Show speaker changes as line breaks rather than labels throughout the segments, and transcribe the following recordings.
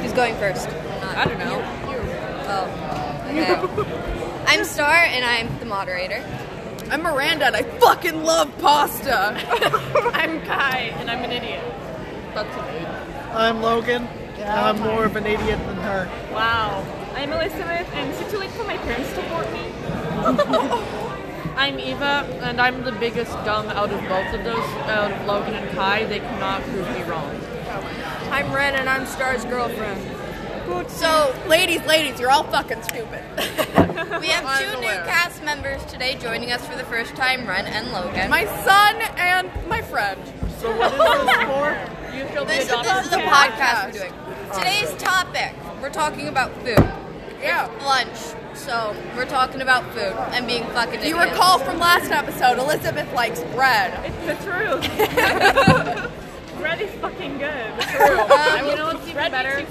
Who's going first? Not
I don't know.
Oh. Okay. I'm Star and I'm the moderator.
I'm Miranda and I fucking love pasta.
I'm Kai, and I'm an idiot.
That's amazing.
I'm Logan, and I'm more of an idiot than her.
Wow. I'm Elizabeth, and is it too late for my parents to board me? I'm Eva, and I'm the biggest dumb out of both of those, out of Logan and Kai. They cannot prove me wrong.
I'm Ren and I'm Star's girlfriend. So, ladies, ladies, you're all fucking stupid.
We have two new
Unaware.
cast members today joining us for the first time, Ren and Logan.
My son and my friend.
So what is this for?
You feel
this,
the
this is the podcast we're doing.
Oh.
Today's topic, we're talking about food.
Yeah.
Lunch. So we're talking about food and being fucking
You
idiots.
recall from last episode, Elizabeth likes bread.
It's the truth. Bread is fucking good.
Um,
you know what's even better?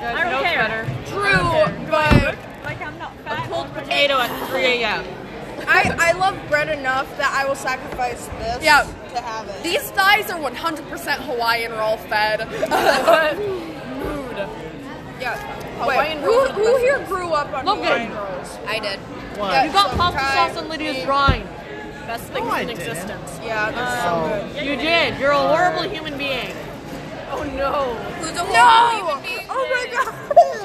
I don't care.
True, but
Like I'm not fat. A cold potato at 3 a.m.
I, I love bread enough that I will sacrifice this
Yeah.
to have it.
these thighs are 100% Hawaiian roll fed. Yeah. Hawaiian
Wait,
roll.
who, who here grew up on
Look
Hawaiian
good.
rolls?
I did.
Why?
You got
so
pasta
Kai,
sauce on Lydia's brine.
Best things
No, I
in
didn't.
existence.
Yeah, they're
Oh.
so
Oh,
good.
you
you
did.
did. You're a horrible human being.
Oh no.
Who's a no!
Oh my god.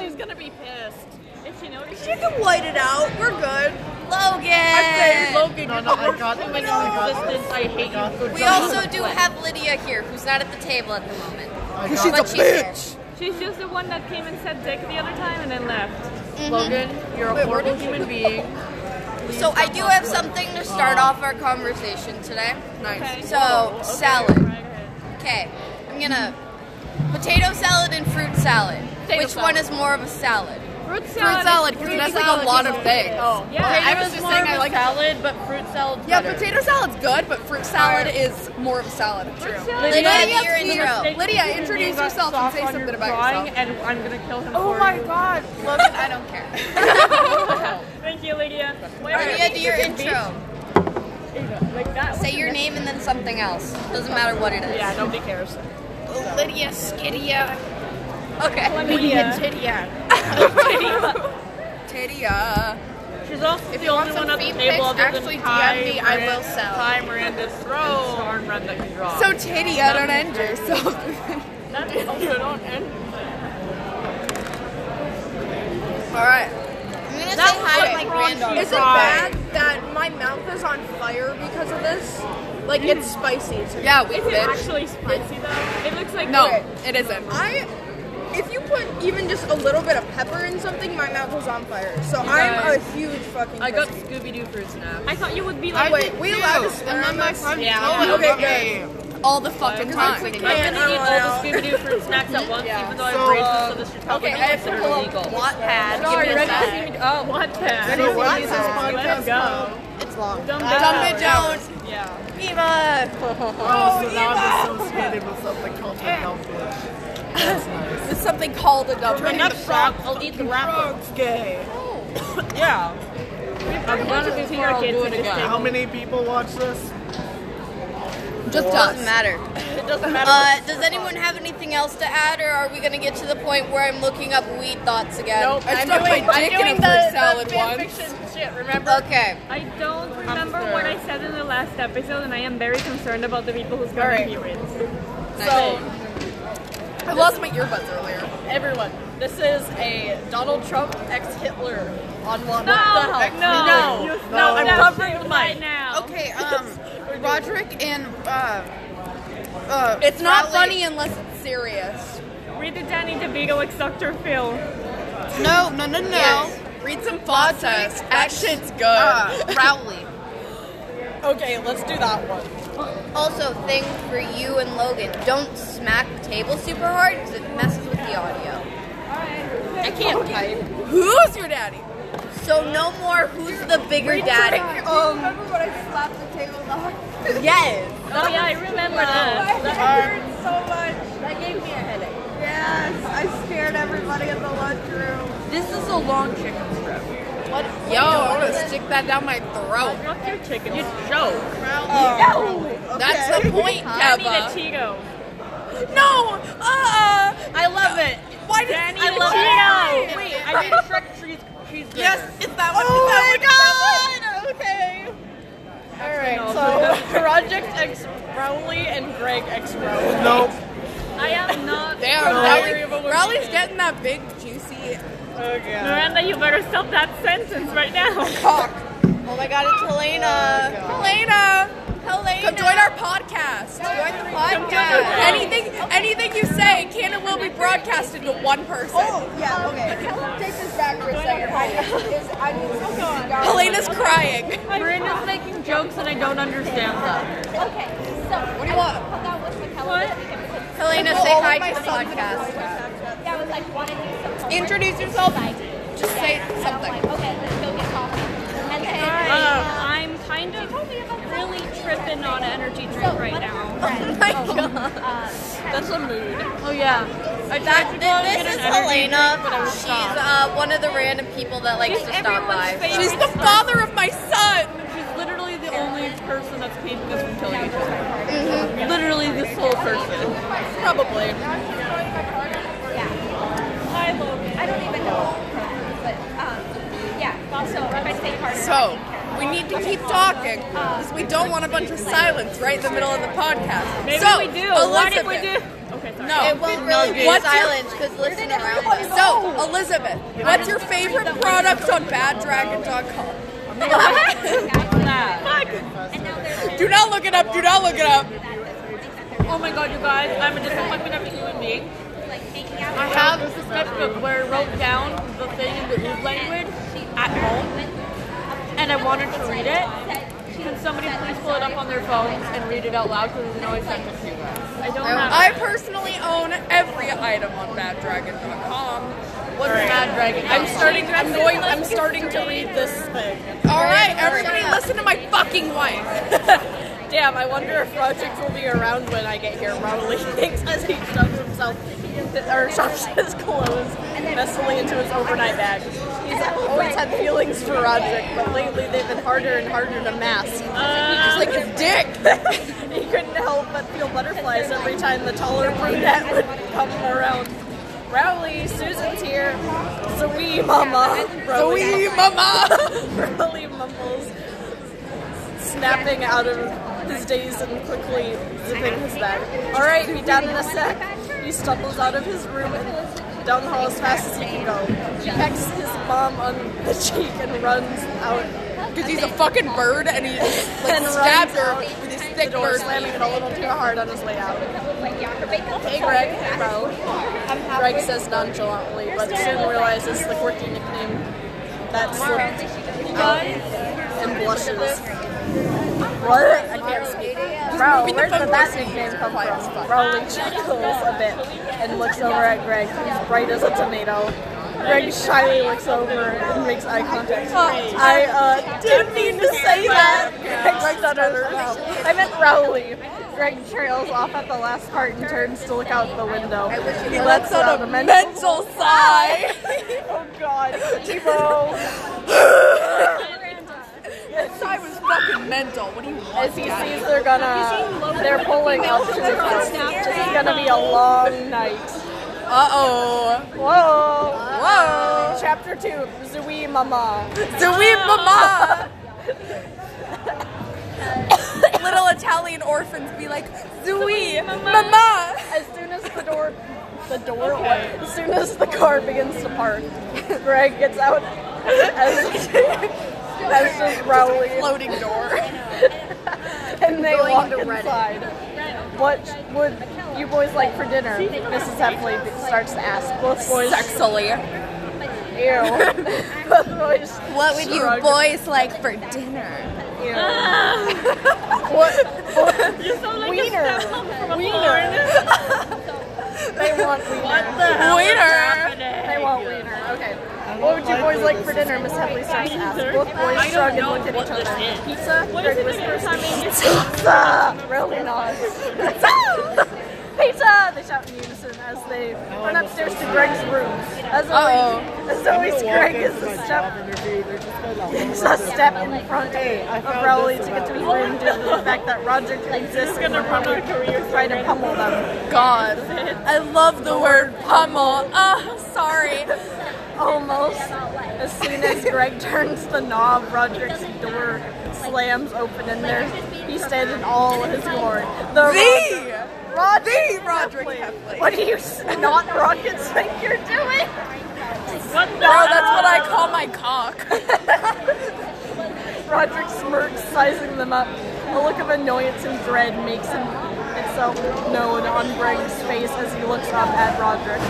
She's gonna be pissed if she notices.
You can white it out. We're good.
Logan! Eh,
Logan,
No,
you're
no,
the
I
worst
got-
human in
I got-
existence. I hate you. Good
We
job.
also do have Lydia here, who's not at the table at the moment.
Because she's
But she's bitch.
She's just the one that came and said dick the other time and then left. Mm-hmm. Logan, you're a horrible human being.
So I do have something to start off our conversation today.
Okay.
So,
Whoa,
salad.
right,
Okay,
okay.
I'm gonna potato salad and fruit salad.
Potato
Which
salad.
one is more of a salad?
Fruit salad.
Fruit salad, because
fruit
that's like a
salad
lot
is
of things.
Oh, yeah.
I
Potatoes
was just
more
saying
of
I
a
like-
salad, but fruit salad's
Yeah,
better.
potato salad's good, but fruit salad is more of a salad.
Fruit
True.
salad.
Lydia,
Lydia's
you're in
the
zero.
mistake
Lydia,
you made
introduce
was
yourself and
soft
say
on
something
your
about
drawing,
yourself.
And I'm gonna kill him.
Oh
for
my
you.
god. Logan, I don't care.
Thank you, Lydia. Wait, wait,
Lydia,
wait,
do your
wait, wait.
intro.
Like that.
Say your name and then something else. Doesn't matter what it is.
Yeah, nobody cares.
Lydia Skidia.
Okay.
Lydia.
Tidia.
Tadia.
She's also
If
the
you want
only
some
one at the
feed
table
pics,
other
actually
than Kai,
DM me, I will
Miranda-
sell.
Kai, Miranda, throw arm run that can draw.
So Tadia, don't end yourself.
that's also not end.
All right.
I'm gonna say
That
hi
was
to
like
my
wrong
granddaughter.
Is it bad that my mouth is on fire because of this? Like, it's spicy. It's
Yeah, we
Is it
bitch.
actually spicy though? It looks like
No,
Okay.
it isn't.
I, if you put even just a little bit of pepper in something, my mouth goes on fire. So I'm a huge fucking.
I got
pussy.
Scooby Doo fruit snacks.
I thought you would be like.
Wait, we allowed to swear on this?
Yeah.
Okay, good.
All the fucking time.
I'm gonna
Man,
eat
I don't
all the Scooby Doo fruit snacks at once, even though
So,
I'm racist,
uh,
so um, this should probably
Okay, I
be
have to
considered
pull up
illegal.
Wattpad. Give
Sorry,
me a
ready to
sec.
see me? Oh, what the?
So what is this
Let's
podcast
go. Dumb
about?
Dumb bitch Jones.
Yeah.
Eva.
Oh, so now I'm associated with something called the dumbfish. That's nice.
It's something called a dumb
But not
bitch.
frog. I'll eat the wrapper.
Frog's gay.
Yeah. I'm glad it's before I'll do it
How
again.
many people watch this?
Just
Doesn't
us.
matter.
It doesn't matter.
Uh, does anyone have anything else to add, or are we gonna get to the point where I'm looking up weed thoughts again?
Nope. I stuck my dick in a fruit salad once.
shit, remember?
Okay.
I don't remember what I said in the last episode, and I am very concerned about the people who's going to
Alright.
hear it.
So,
I lost my earbuds earlier.
everyone, this is a Donald Trump ex Hitler on one.
No,
What the heck?
no,
No.
no,
I'm
covering the mic now.
Okay, um, Roderick and, uh, uh,
It's not
Crowley-
funny unless it's serious.
Read the Danny DeVito like Dr. Phil.
No, no, no, no.
Read some photos. Action's good.
Uh, Crowley.
Okay, let's do that one.
Also, thing for you and Logan, don't smack the table super hard because it messes with the audio.
I can't type.
Who's your daddy?
So no more who's the bigger daddy.
Um, remember when I slapped the table on?
Yes.
Oh yeah, I remember that.
hurt so much. That gave me a headache. Yes, I scared everybody in the lunchroom.
This is a long chicken strip.
Yo, I'm gonna stick that down my throat.
Drop your chicken. You joke.
That's the point,
I need a
Keva.
Chigo.
No! Uh,
I love it.
why did Oh
Greg ex Rowan.
Nope.
I am not.
Damn,
Valerie
Raleigh-
Valerie.
Raleigh's getting that big juicy
Oh god.
Miranda, you better stop that sentence right now.
cock.
Oh my god, it's Helena.
Helena,
Helena.
Oh come join our podcast. Join the podcast. Anything, anything you say can and will be broadcasted to one person.
Oh,
um,
yeah, okay. Take this back for a second. I need, is, I need to sit down.
Helena's crying.
Miranda's making jokes and I don't understand them.
Okay, so what do you want? Put out with Mikella
What?
this weekend because
Helena, say
all of
hi
my
to the
sons in
podcast.
that was like one of you. so-
Introduce yourself.
Like,
Just say
and I'm
something.
like, okay, let's go get coffee. And then
Uh,
uh,
I'm kind of really tripping on an energy
so
drink right
one of
now.
her friends,
My God.
That's a mood.
Oh yeah. I
That,
tried to go and
this
get
is
an energy
Helena.
drink, but I was
She's
stopped.
uh, one of the random people that likes to stop by.
She's the father of my son.
She's literally the only person that's paid this from Tilly. Literally the sole person. Probably.
I, I don't even know, her, but um, yeah. Also, if I say Carter,
So, we need to keep talking because we don't want a bunch of silence right in the middle of the podcast.
Maybe
so,
we do.
Elizabeth,
Why did we do? Okay, sorry.
No.
It won't really be
What's your-
silence because listen around. us.
So, Elizabeth, what's your favorite product on baddragon.com?
and now they're
do not look it up. Do not look it up.
Oh my god, you guys, I'm a disappointment of a human being.
like making out.
I have this sketchbook where I wrote down the thing in the Ood language at home, and I wanted to read it. Can somebody please pull it up on their phones and read it out loud because I know I sent it to you guys. I don't have
I personally own every item on baddragon.com.
what's Mad Dragon.
I'm starting. I'm going. I'm starting to read this thing.
All right, everybody, listen to my fucking wife.
Damn, I wonder if Project will be around when I get here. Probably thinks as he shoves himself or shoves his clothes messily into his overnight bag. He's always had feelings for Roderick, but lately they've been harder and harder to mask. Just like his dick. he couldn't help but feel butterflies every time the taller brunette would come around. Rowley, Susan's here. Zoe, Mama. Zoe, Mama. Rowley mumbles snapping out of his daze and quickly zipping his bag. All right, be down in a sec. He stumbles out of his room and down the hall as fast as he can go. He pecks his mom on the cheek and runs out.
Because he's a fucking bird and he like,
And
stabbed
runs
her
out
with his
The
thick
door
bird.
slamming it a little too hard on his way out.
Like, yeah, her bacon.
Hey, Greg. Hey, bro. Greg says nonchalantly, but soon realizes the quirky nickname that's slipped out and blushes. What? I can't speak. Bro, where did that nickname come from? Rowley chuckles a bit and looks over at Greg, who's bright as a tomato. Greg shyly looks over and makes eye contact. I uh, didn't mean to say that. Greg stutters. I meant Rowley. Greg trails off at the last part and turns to look out the window. He lets out a mental sigh. oh God, Evo.
I was fucking mental. What do you want?
As he sees they're gonna, they're pulling up to the house. This is gonna be a long night.
Uh oh.
Whoa!
Whoa.
Chapter 2, Zui Mama.
Zooey Mama. Little Italian orphans be like, Zooey Mama.
As soon as the door, the door, as soon as the car begins to park, Greg gets out as, as just Rowley.
Floating door.
and they walk inside. What would you boys like for dinner? Mrs. Heffley starts to ask. Both boys,
Sexily.
ew. Both boys,
What would you
Shrug.
boys like for dinner?
ew. what? what-
You sound like
Wiener.
a step from a
Wiener.
porn.
They want wiener.
The hell is
Wiener.
happening?
They want wiener. Okay. What would you boys like for dinner? Miss Heffley starts to ask. Both boys
I don't
shrug and
know
look at
what
each other.
this is.
Pizza?
What is
Greg
it that you're
whispers.
having? It's
Pizza! Really not. Pizza! Pizza! They shout in unison as they run upstairs to Greg's room. As always, as always Greg is a step, is a step in front of Rowley to get to his room due to the fact that Roger exists and
gonna run our
Rowley try to pummel them.
God. I love the word pummel. Oh, sorry.
Almost. As soon as Greg turns the knob, Roderick's door slams open and there he stands in all his glory. The
Thee!
Roderick.
The Roderick Heffley.
What do you s- not rocket think you're doing? What the
Oh, that's what I call my cock.
Roderick smirks, sizing them up. A look of annoyance and dread makes him itself known on Greg's face as he looks up at Roderick.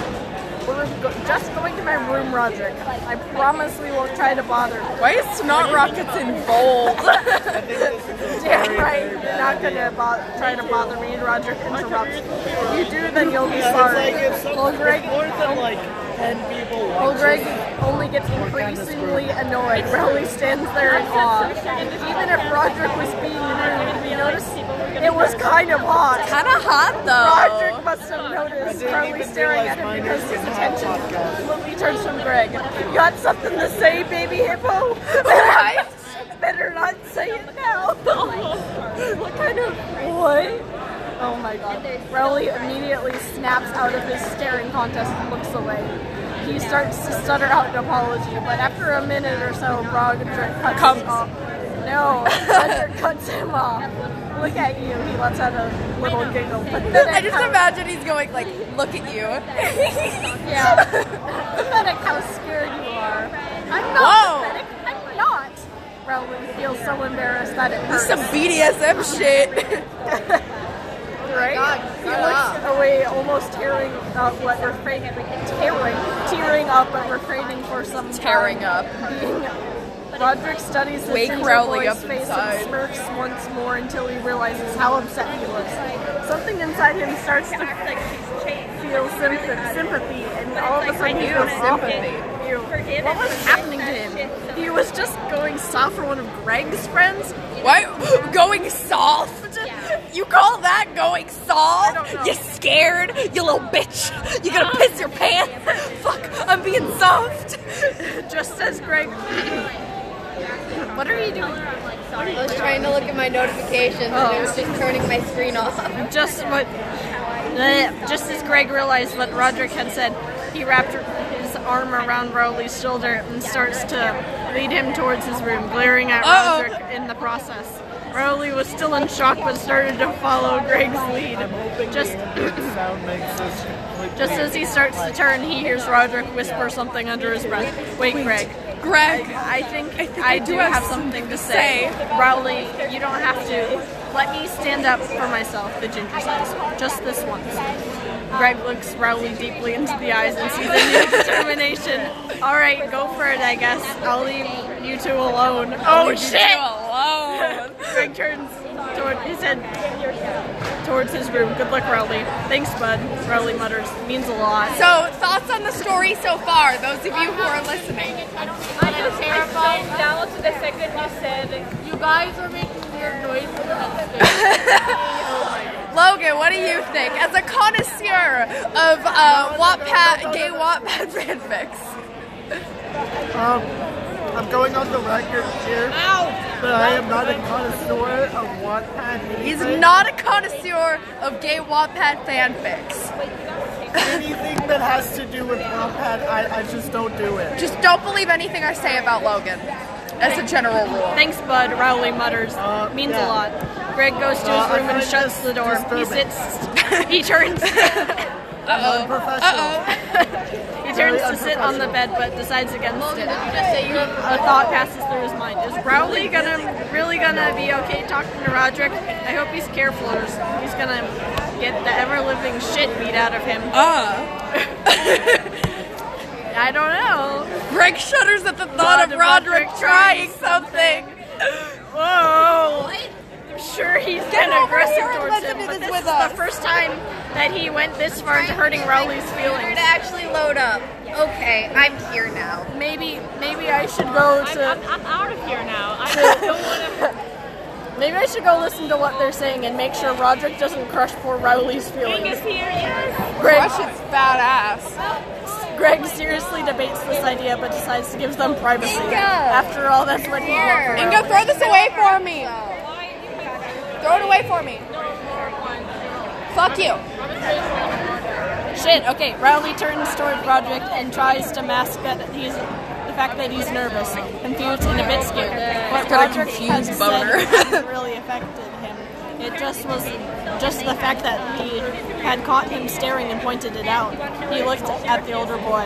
We're go- just going to my room, Roderick. I promise we won't try to bother.
Why is snot rockets in bold?
Damn right, you're not gonna bo- try to bother me. And Roderick interrupts. If you do, then you'll be sorry.
Like it's so
Well,
it's
Greg,
more than like ten people watch.
Well, Greg only gets increasingly annoyed. Rowley stands there in awe. And even if Roderick was being rude, we noticed it was kind of hot.
Kinda hot though.
Roderick must have noticed
didn't
Rowley
even
staring
realize
at him
mine
because
was
his
in hot
attention
podcast.
slowly turns from Greg. You got something to say, baby hippo? Better not say it now. what kind of what? Oh my god. Rowley immediately snaps out of his staring contest and looks away. He starts to stutter out an apology, but after a minute or so, Roderick cuts
Comes.
him off. No, Roger cuts him off. Look at you. He lets out a little giggle. But then
I
it
just
comes-
imagine he's going like, look at you.
Yeah. pathetic how scared you are. I'm not
Whoa.
pathetic. I'm not. Rowley feels so embarrassed that it hurts.
This is some BDSM shit.
right? he looks away, almost tearing up, but refraining, tearing, tearing up, but refraining for some time
Tearing up.
Being Roderick studies his
Wake
gentle
Rowley
boy's
up
face
inside.
and smirks once more until he realizes how upset he looks. Something inside him starts to
like she's changed.
feel sympathy, sympathy and all of a sudden he
I
feels
do
sympathy. Ew.
Forgive
What
and
was
forget
happening to
that
him?
shit.
He was just going soft for one of Greg's friends.
What? Going soft? You call that
I
going
don't know.
soft? You scared? You little bitch. You gonna piss your pants? Fuck, I'm being soft.
Just says Greg. what are you doing?
I was trying to look at my notifications and it was just turning my screen off.
Just what? Bleh. Just as Greg realized what Roderick had said, he wrapped his arm around Rowley's shoulder and starts to lead him towards his room, glaring at
Uh-oh.
Roderick in the process. Rowley was still in shock but started to follow Greg's lead. Just
Sound makes us like
Just as he starts to turn, he hears Roderick whisper something under his breath. Wait, Greg.
Greg,
I think I, do, have something to say. Rowley, you don't have to. Let me stand up for myself, the ginger says. Just this once. Greg looks Rowley deeply into the eyes and sees a new determination. All right, go for it, I guess. I'll leave you two alone. Oh, shit!
alone.
Greg turns toward his head towards his room. Good luck, Rowley. Thanks, bud. Rowley mutters. Means a lot.
So, thoughts on the story so far, those of you who are listening?
I'm just terrified now to the second you said you guys are making weird noises.
Logan, what do you think? As a connoisseur of uh, Wattpad, gay Wattpad fanfics.
Um, I'm going on the record here that I am not a connoisseur of Wattpad.
He's
anything.
not a connoisseur of gay Wattpad fanfics.
anything that has to do with Wattpad. I, I just don't do it.
Just don't believe anything I say about Logan, as a general rule.
Thanks, bud. Rowley mutters.
Uh,
Means
yeah.
a lot. Greg goes to
Uh,
his room
I
and
find
shuts
this
the door. He
disturbing.
sits. He turns.
I'm professional.
He turns to sit on the bed, but decides against it. A thought passes through his mind. Is Rowley gonna really gonna be okay talking to Roderick? I hope he's careful, or he's gonna get the ever living shit beat out of him.
Uh,
I don't know.
Greg shudders at the thought of Roderick trying something.
Whoa! I'm sure he's been
over
aggressive
here and
towards
listen
him,
to
but
this
this
with
is
us.
the first time that he went this far into hurting Rowley's feelings.
To actually load up. Okay, I'm here now.
Maybe maybe I should go
I'm, I'm,
to
I'm out of here now. I don't want
maybe I should go listen to what they're saying and make sure Roderick doesn't crush poor Rowley's
to
feelings.
is here. Yes.
Greg,
Russian's badass.
Greg seriously debates this idea but decides to give them privacy. After all, that's what he wants.
Inga, throw this away for me. Throw it away for me. Fuck you.
Shit, okay. Rowley turns toward Roderick and tries to mask that he's the fact that he's nervous, confused, and a bit scared. What
got a
Roderick
confused
has
boner.
said hasn't really affected him. It just was just the fact that he had caught him staring and pointed it out. He looked at the older boy.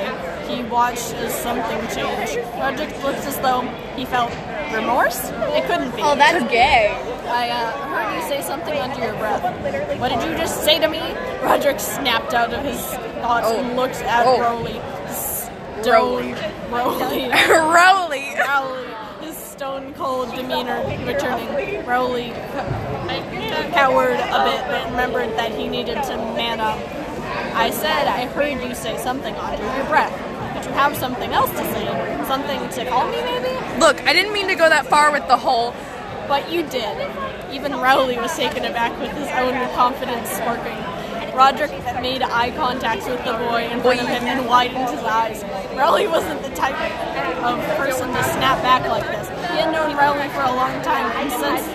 He watched as something changed. Frederick looked as though he felt remorse. It couldn't be.
Oh, that's gay.
I uh, heard you say something under your breath. What did you just say to me? Roderick snapped out of his thoughts and looked at
Oh.
Rowley. Stone. Rowley.
Rowley.
Rowley. His stone cold demeanor returning. Rowley co- cowered a bit, but remembered that he needed to man up. I said, I heard you say something under your breath. Did you have something else to say? Something to call me, maybe?
Look, I didn't mean to go that far with the whole.
But you did. Even Rowley was taken aback with his own confidence sparking. Roderick made eye contact with the boy in front of him and widened his eyes. Rowley wasn't the type of person to snap back like this. He had known Rowley for a long time, and since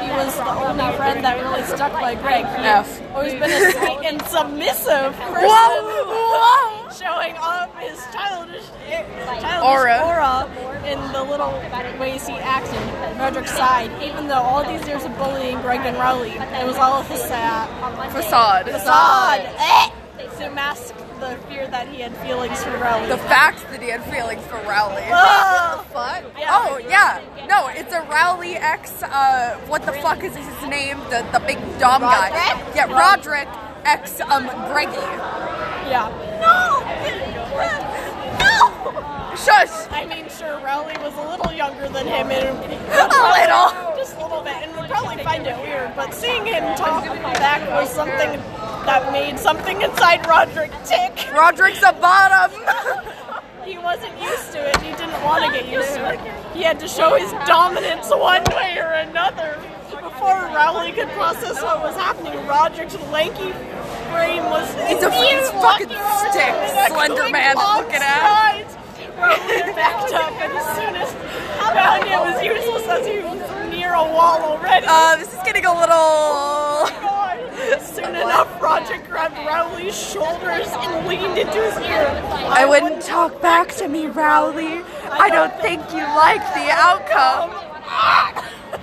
he was the only friend that really stuck by Greg, he had
F.
always been a sweet and submissive person.
Whoa!
Showing off his childish, childish
Aura.
aura aura in the little ways he acted. Roderick sighed, even though all these years of bullying Greg and Rowley, it was all a facade.
Facade.
Facade! Eh! To mask the fear that he had feelings for Rowley.
The fact that he had feelings for Rowley.
Ugh.
What the fuck?
Yeah.
Oh yeah. No, it's a Rowley X. Uh, what the fuck is his name? The the big dumb guy.
Roderick?
Yeah, Roderick X. Um, Greggy.
yeah. No! No!
Shush.
I mean, sure, Rowley was a little younger than him, and
A little.
just a little bit, and would probably find it weird. But seeing him talk back was something that made something inside Roderick tick.
Roderick's a bottom.
He wasn't used to it and he didn't want to get used to it. He had to show his dominance one way or another. Before Rowley could process what was happening, Roderick's lanky frame was
It's a
huge, walking
fucking
over
stick,
something like
Slender
big
Man
long
looking at.
strides. Rowley backed up and as soon as found it was useless as he was near a wall already.
Uh, this is getting a little.
God. Soon enough, Roderick grabbed Rowley's shoulders and leaned into his ear.
I wouldn't talk back to me, Rowley. I don't think you like the outcome.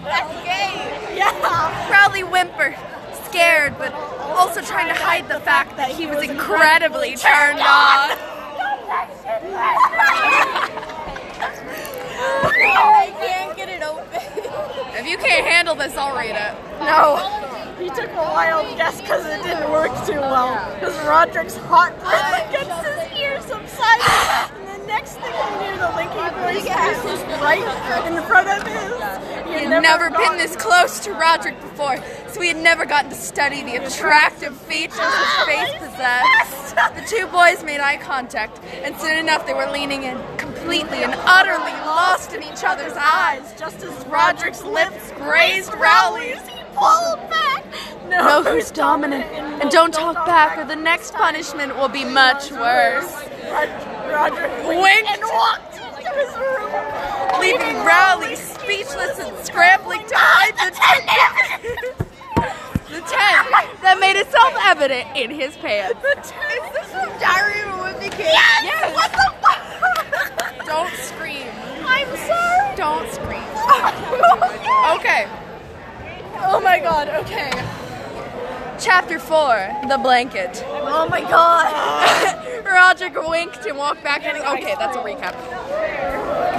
That's gay.
Yeah.
Rowley whimpered, scared, but also trying to hide the fact that he was incredibly turned on.
I can't get it open.
If you can't handle this, I'll read it. No.
He took a wild guess because it didn't work too well. Because Roderick's hot breath against his ear subsided, and the next thing he knew, the linking boy's face was right in front of his. He
We'd
had
never been
gotten-
this close to Roderick before, so we had never gotten to study the attractive features his face possessed. The two boys made eye contact, and soon enough they were leaning in, completely and utterly lost in each other's eyes.
Just as
Roderick's lips grazed Rowley's.
He pulled back.
Know who's dominant, and don't talk back, or the next punishment will be much worse.
Rod- Roderick winked,
Winked.
and walked into his room,
Leaving Rowley speechless and scrambling
Ah,
to hide the tent. the tent that made itself evident in his pants.
Is this from Diary of a Wimpy Kid?
Yes.
What the fuck?
Don't scream.
I'm sorry.
Don't scream. Okay. Oh my god, okay. Chapter 4 The Blanket.
Oh my god.
Roger winked and walked back in. Okay, that's a recap.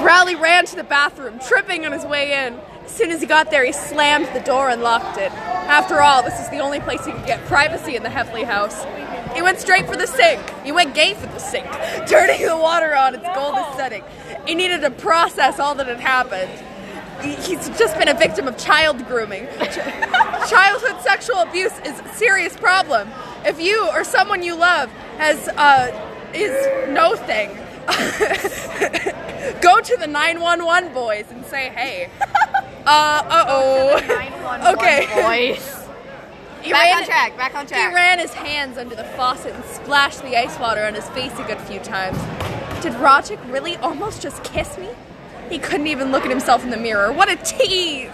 Rowley ran to the bathroom, tripping on his way in. As soon as he got there, he slammed the door and locked it. After all, this is the only place he could get privacy in the Heffley house. He went straight for the sink. He went gay for the sink, turning the water on its golden setting. He needed to process all that had happened. He- He's just been a victim of child grooming. Childhood sexual abuse is a serious problem. If you or someone you love has uh, is no thing, go to the 911 boys and say, hey. Uh oh. Okay. He
Back
ran,
on track. Back on
he
track.
ran his hands under the faucet and splashed the ice water on his face a good few times. Did Roderick really almost just kiss me? He couldn't even look at himself in the mirror. What a tease!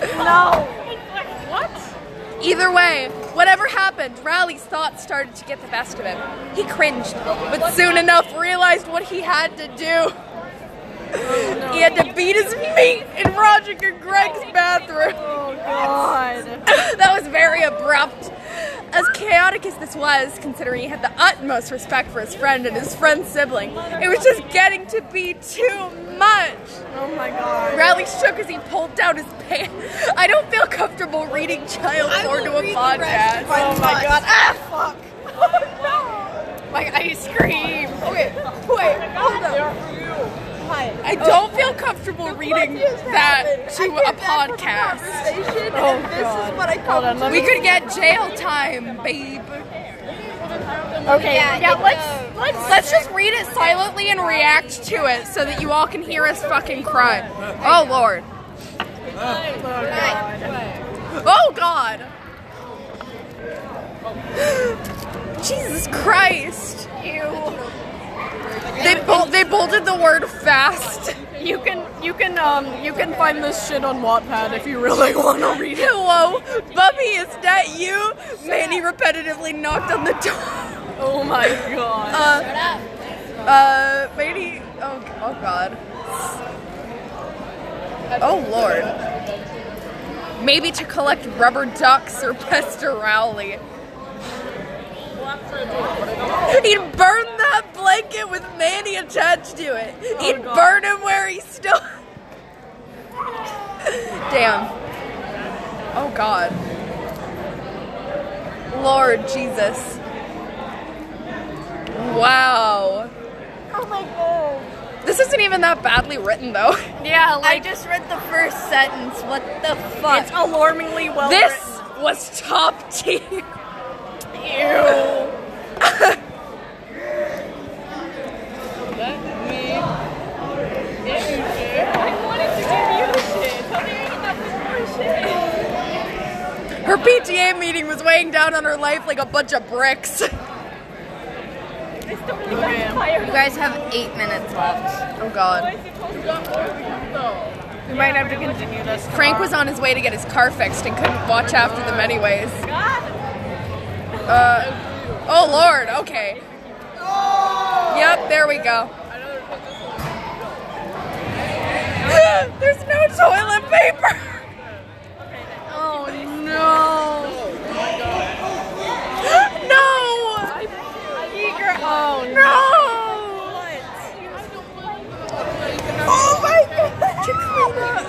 Either way, whatever happened, Rowley's thoughts started to get the best of him. He cringed, but soon enough realized what he had to do. He had to beat his meat in Roger and Greg's bathroom. Oh God. that was very abrupt. As chaotic as this was, considering he had the utmost respect for his friend and his friend's sibling, it was just getting to be too much.
Oh my god.
Riley shook as he pulled down his pants. I don't feel comfortable reading child porn to a podcast.
Oh my god. Ah,
Like I scream.
Oh, Okay, wait, hold up.
I don't feel comfortable reading that to a podcast.
Conversation, and this is what I call
We could get jail time, babe.
Okay. Yeah,
let's-
let's
Let's just read it silently and react to it so that you all can hear us fucking cry. Oh lord. Oh god. Jesus Christ. Ew. They, bol- they bolded the word fast.
You can you can um you can find this shit on Wattpad if you really want to read it.
Hello, Bubby, is that you? Manny repetitively knocked on the door.
Oh my god.
Uh, Manny. Oh, oh God. Oh Lord. Maybe to collect rubber ducks or pester Rowley. He'd burn that blanket with Manny attached to it. He'd burn him where he stood. Damn. Oh God. Lord Jesus. Wow.
Oh my god.
This isn't even that badly written, though.
Yeah, like, I just read the first sentence. What the fuck?
it's alarmingly well written.
This was top tier. Ew.
Let me. I wanted to give you the shit. Tell me I can have this more shit.
Her PTA meeting was weighing down on her life like a bunch of bricks.
You guys have eight minutes left.
Oh god.
We might have to continue this.
Frank was on his way to get his car fixed and couldn't watch after them anyways. Uh, oh lord, okay. Yep, there we go. There's no toilet paper. Oh no. No.
Oh no.
No. Oh my god.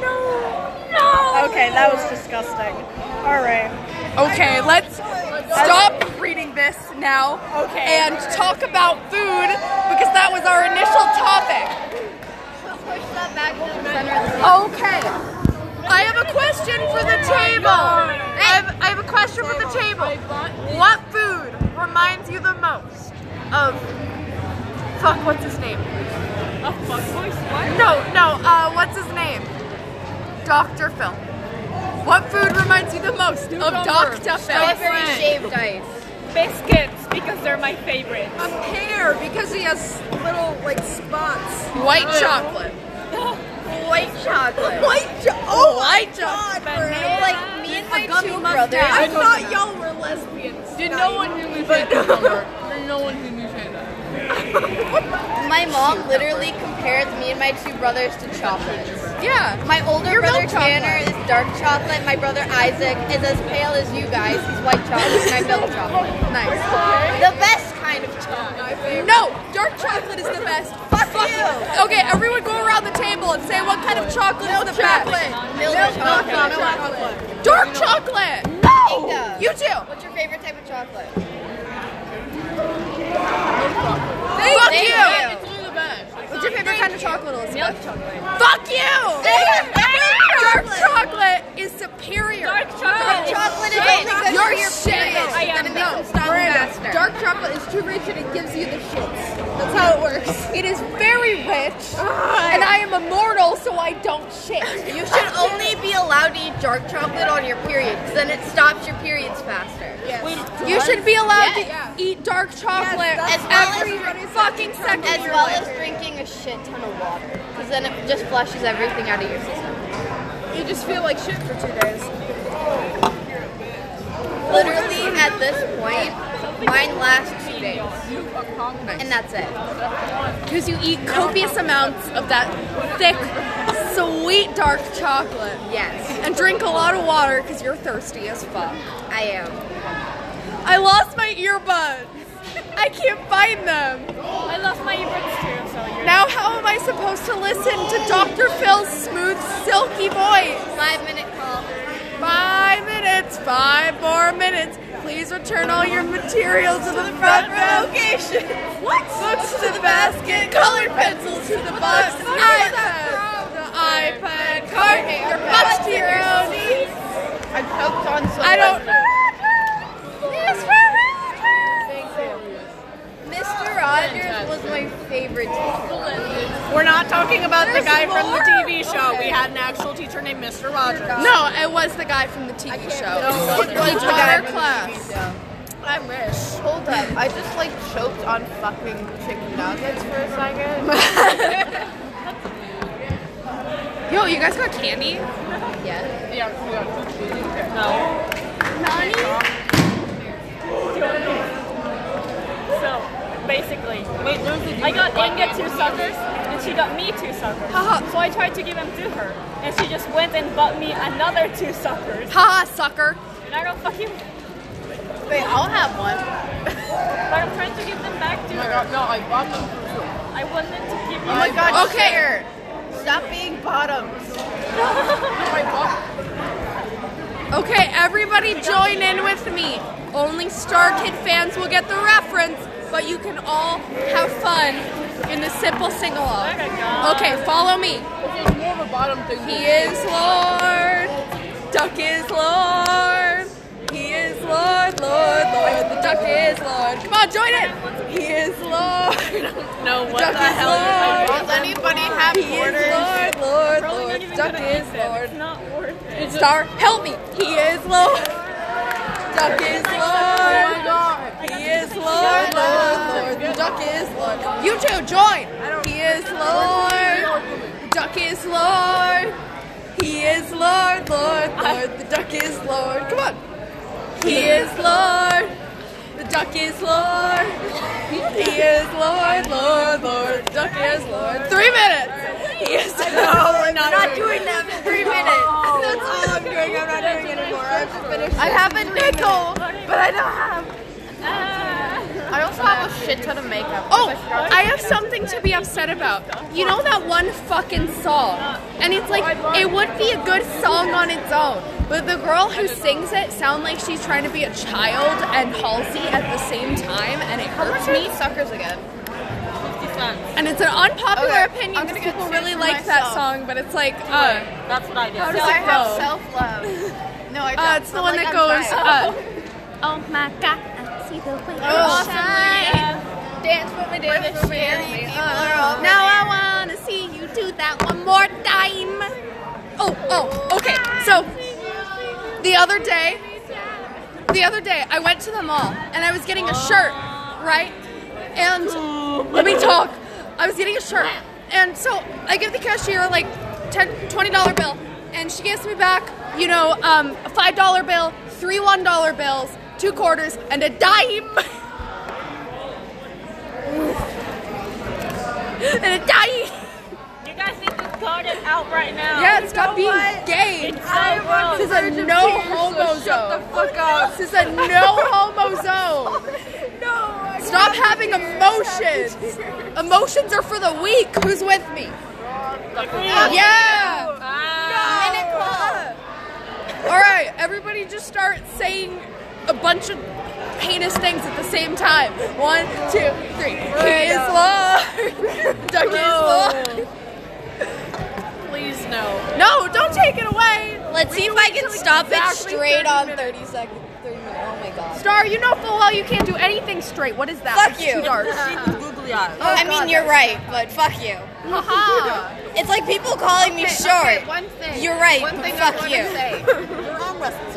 No.
Okay, that was disgusting. All right.
Okay, let's stop reading this now
Okay.
and talk about food because that was our initial topic. Okay. I have a question for the table. I have, I have a question for the table. What food reminds you the most of. Fuck, what's his name? No, no, uh, what's his name? Dr. Phil. What food reminds you the most of Dr. Phil?
Every shaved ice.
Biscuits because they're my favorite.
a pear because he has little like spots.
White chocolate.
White chocolate.
White jo- oh my god, bro.
Like me and my two brothers.
I thought y'all were lesbians.
Did no one hear me say that? No one hear me say that.
My mom literally compares me and my two brothers to chocolates.
Yeah.
My older brother
milk chocolate.
Tanner is dark chocolate. My brother Isaac is as pale as you guys. He's white chocolate and I'm milk chocolate. Nice. The best kind of chocolate.
No, dark chocolate is the best. Fuck, you. Okay, everyone go around the table and say what kind of chocolate is the best.
Milk chocolate.
Dark chocolate.
Inga,
You too.
What's your favorite type of chocolate?
Fuck
Thank
you.
you.
What's your favorite kind of chocolate, Elizabeth? Milk chocolate. Fuck you. dark chocolate is superior. Dark
Dark chocolate is only good
You're
for your
shit.
period.
I
It's gonna make them stop faster.
Dark chocolate is too rich and it gives you the shits. That's how it works.
It Ah. is very rich, and I am immortal, so I don't shit.
You should only be allowed to eat dark chocolate on your period, 'cause then it stops your periods faster.
You should be allowed
Yeah.
to eat dark chocolate
As well as
every
everybody's
fucking second.
As
of your
well
life.
as drinking a shit ton of water, because then it just flushes everything out of your system.
You just feel like shit for two days.
Literally, at this point, mine lasts two days. And that's it.
Because you eat copious amounts of that thick, sweet dark chocolate.
Yes,
And drink a lot of water because you're thirsty as fuck.
I am.
I lost my earbuds. I can't find them.
I lost my earbuds too, so you're
Now, how am I supposed to listen to Dr. Phil's smooth, silky voice?
Five minute call.
Five minutes, five more minutes. Please return all your materials to the front location. What? Books to the basket, colored pencils to the box, iPad, the iPad, cart, your butts to your own.
I poked on so
I don't.
Mr. Rogers was my favorite teacher.
We're not talking about
There's
the guy from the
more?
TV show. We had an actual teacher named Mr. Rogers.
No, it was the guy from the TV show. it was the guy from class.
I wish.
Hold up. I just like choked on fucking chicken nuggets for a second.
Yo, you guys got candy?
Yes.
No.
so basically.
Wait, there's a dude
I got
that
Inga two suckers and she got me two suckers.
Haha.
so I tried to give them to her and she just went and bought me another two suckers.
Haha, sucker.
And I don't fucking
Wait, I'll have one.
but I'm trying to give them back to her.
No, I bought them.
I wanted to give you
Oh my god,
Okay.
share. Stop being bottoms.
Okay, everybody join in with me. Only Star Kid fans will get the reference, but you can all have fun in the simple sing along. Okay, follow me.
It's more of a bottom thing.
He is Lord. Duck is Lord. He is Lord, Lord, Lord. The duck is Lord. Come on, join it. He is Lord.
No, what
Duck
the
is
hell?
Lord.
Does anybody have
He
orders?
is Lord, Lord,
Probably not
Lord.
even
Duck
gonna
is
eat them.
Lord.
It's not worth it.
Star, help me. He is Lord. Duck is Lord. He is Lord, Lord, Lord. The duck is Lord. You two join. He is Lord. The duck is Lord. He is Lord, Lord, Lord. The duck is Lord. Come on. He is Lord. The duck is Lord. He is Lord, Lord, Lord. The duck is Lord. Three minutes. He is Lord.
I'm not, doing that for three minutes. That's all I'm doing. I'm not doing it anymore. I have to finish. I have a nickel, but I don't have. I also have a shit ton of makeup.
Oh, I have something to be upset about. You know that one fucking song? And it's like, it would be a good song on its own. But the girl who sings it sounds like she's trying to be a child and Halsey at the same time, and it hurts me.
suckers again.
And it's an unpopular
Okay,
opinion
I'm gonna
because
get
people
two
really
for
like that
myself.
song, but it's like, uh,
That's what I did.
how does
No, I
it
have
go?
self love. No, I don't.
Uh, it's the
but,
one
like,
that
I'm
goes,
trying.
uh,
Oh my god, I see the way you
Oh.
shine.
dance with me, dance with me.
uh, now I wanna see you do that one more time. Oh, oh, okay. So, the other day, the other day I went to the mall and I was getting a shirt, right? And let me talk. I was getting a shirt. And so I give the cashier like 10 $20 bill and she gives me back, you know, um, a $5 bill, three $1 bills, two quarters, and a dime. and a dime.
You guys need to sort it out right now.
Yeah, it's got being gay.
It's so wrong.
This is a no homo zone.
Fuck off.
This is a no homo zone. No. Stop having emotions. Emotions are for the weak. Who's with me? Yeah. All right, everybody, just start saying a bunch of heinous things at the same time. One, two, three. He is Lord. Duck is Lord.
Please no.
No, don't take it away.
Let's see if I can stop it
exactly
straight
30
on
minutes.
30 seconds. 30 minutes. Oh my god.
Star, you know full well you can't do anything straight. What is that?
Fuck
That's
you.
Too dark.
Googly eyes.
I
Oh
mean, you're right, but fuck you.
Haha.
It's like people calling me short.
Okay, one thing.
You're right,
One
but
thing
fuck
I wanna
you.
Say.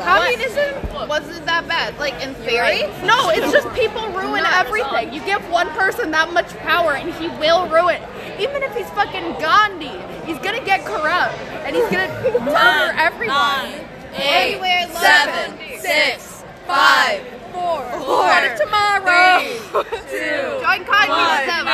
How many does it?
Wasn't that bad? Like in theory.
No, it's just people ruin everything. You give one person that much power, and he will ruin. it. Even if he's fucking Gandhi, he's gonna get corrupt, and he's gonna murder everyone.
Eight,
Eight,
seven, six, five,
Four. Tomorrow.
Join Congress.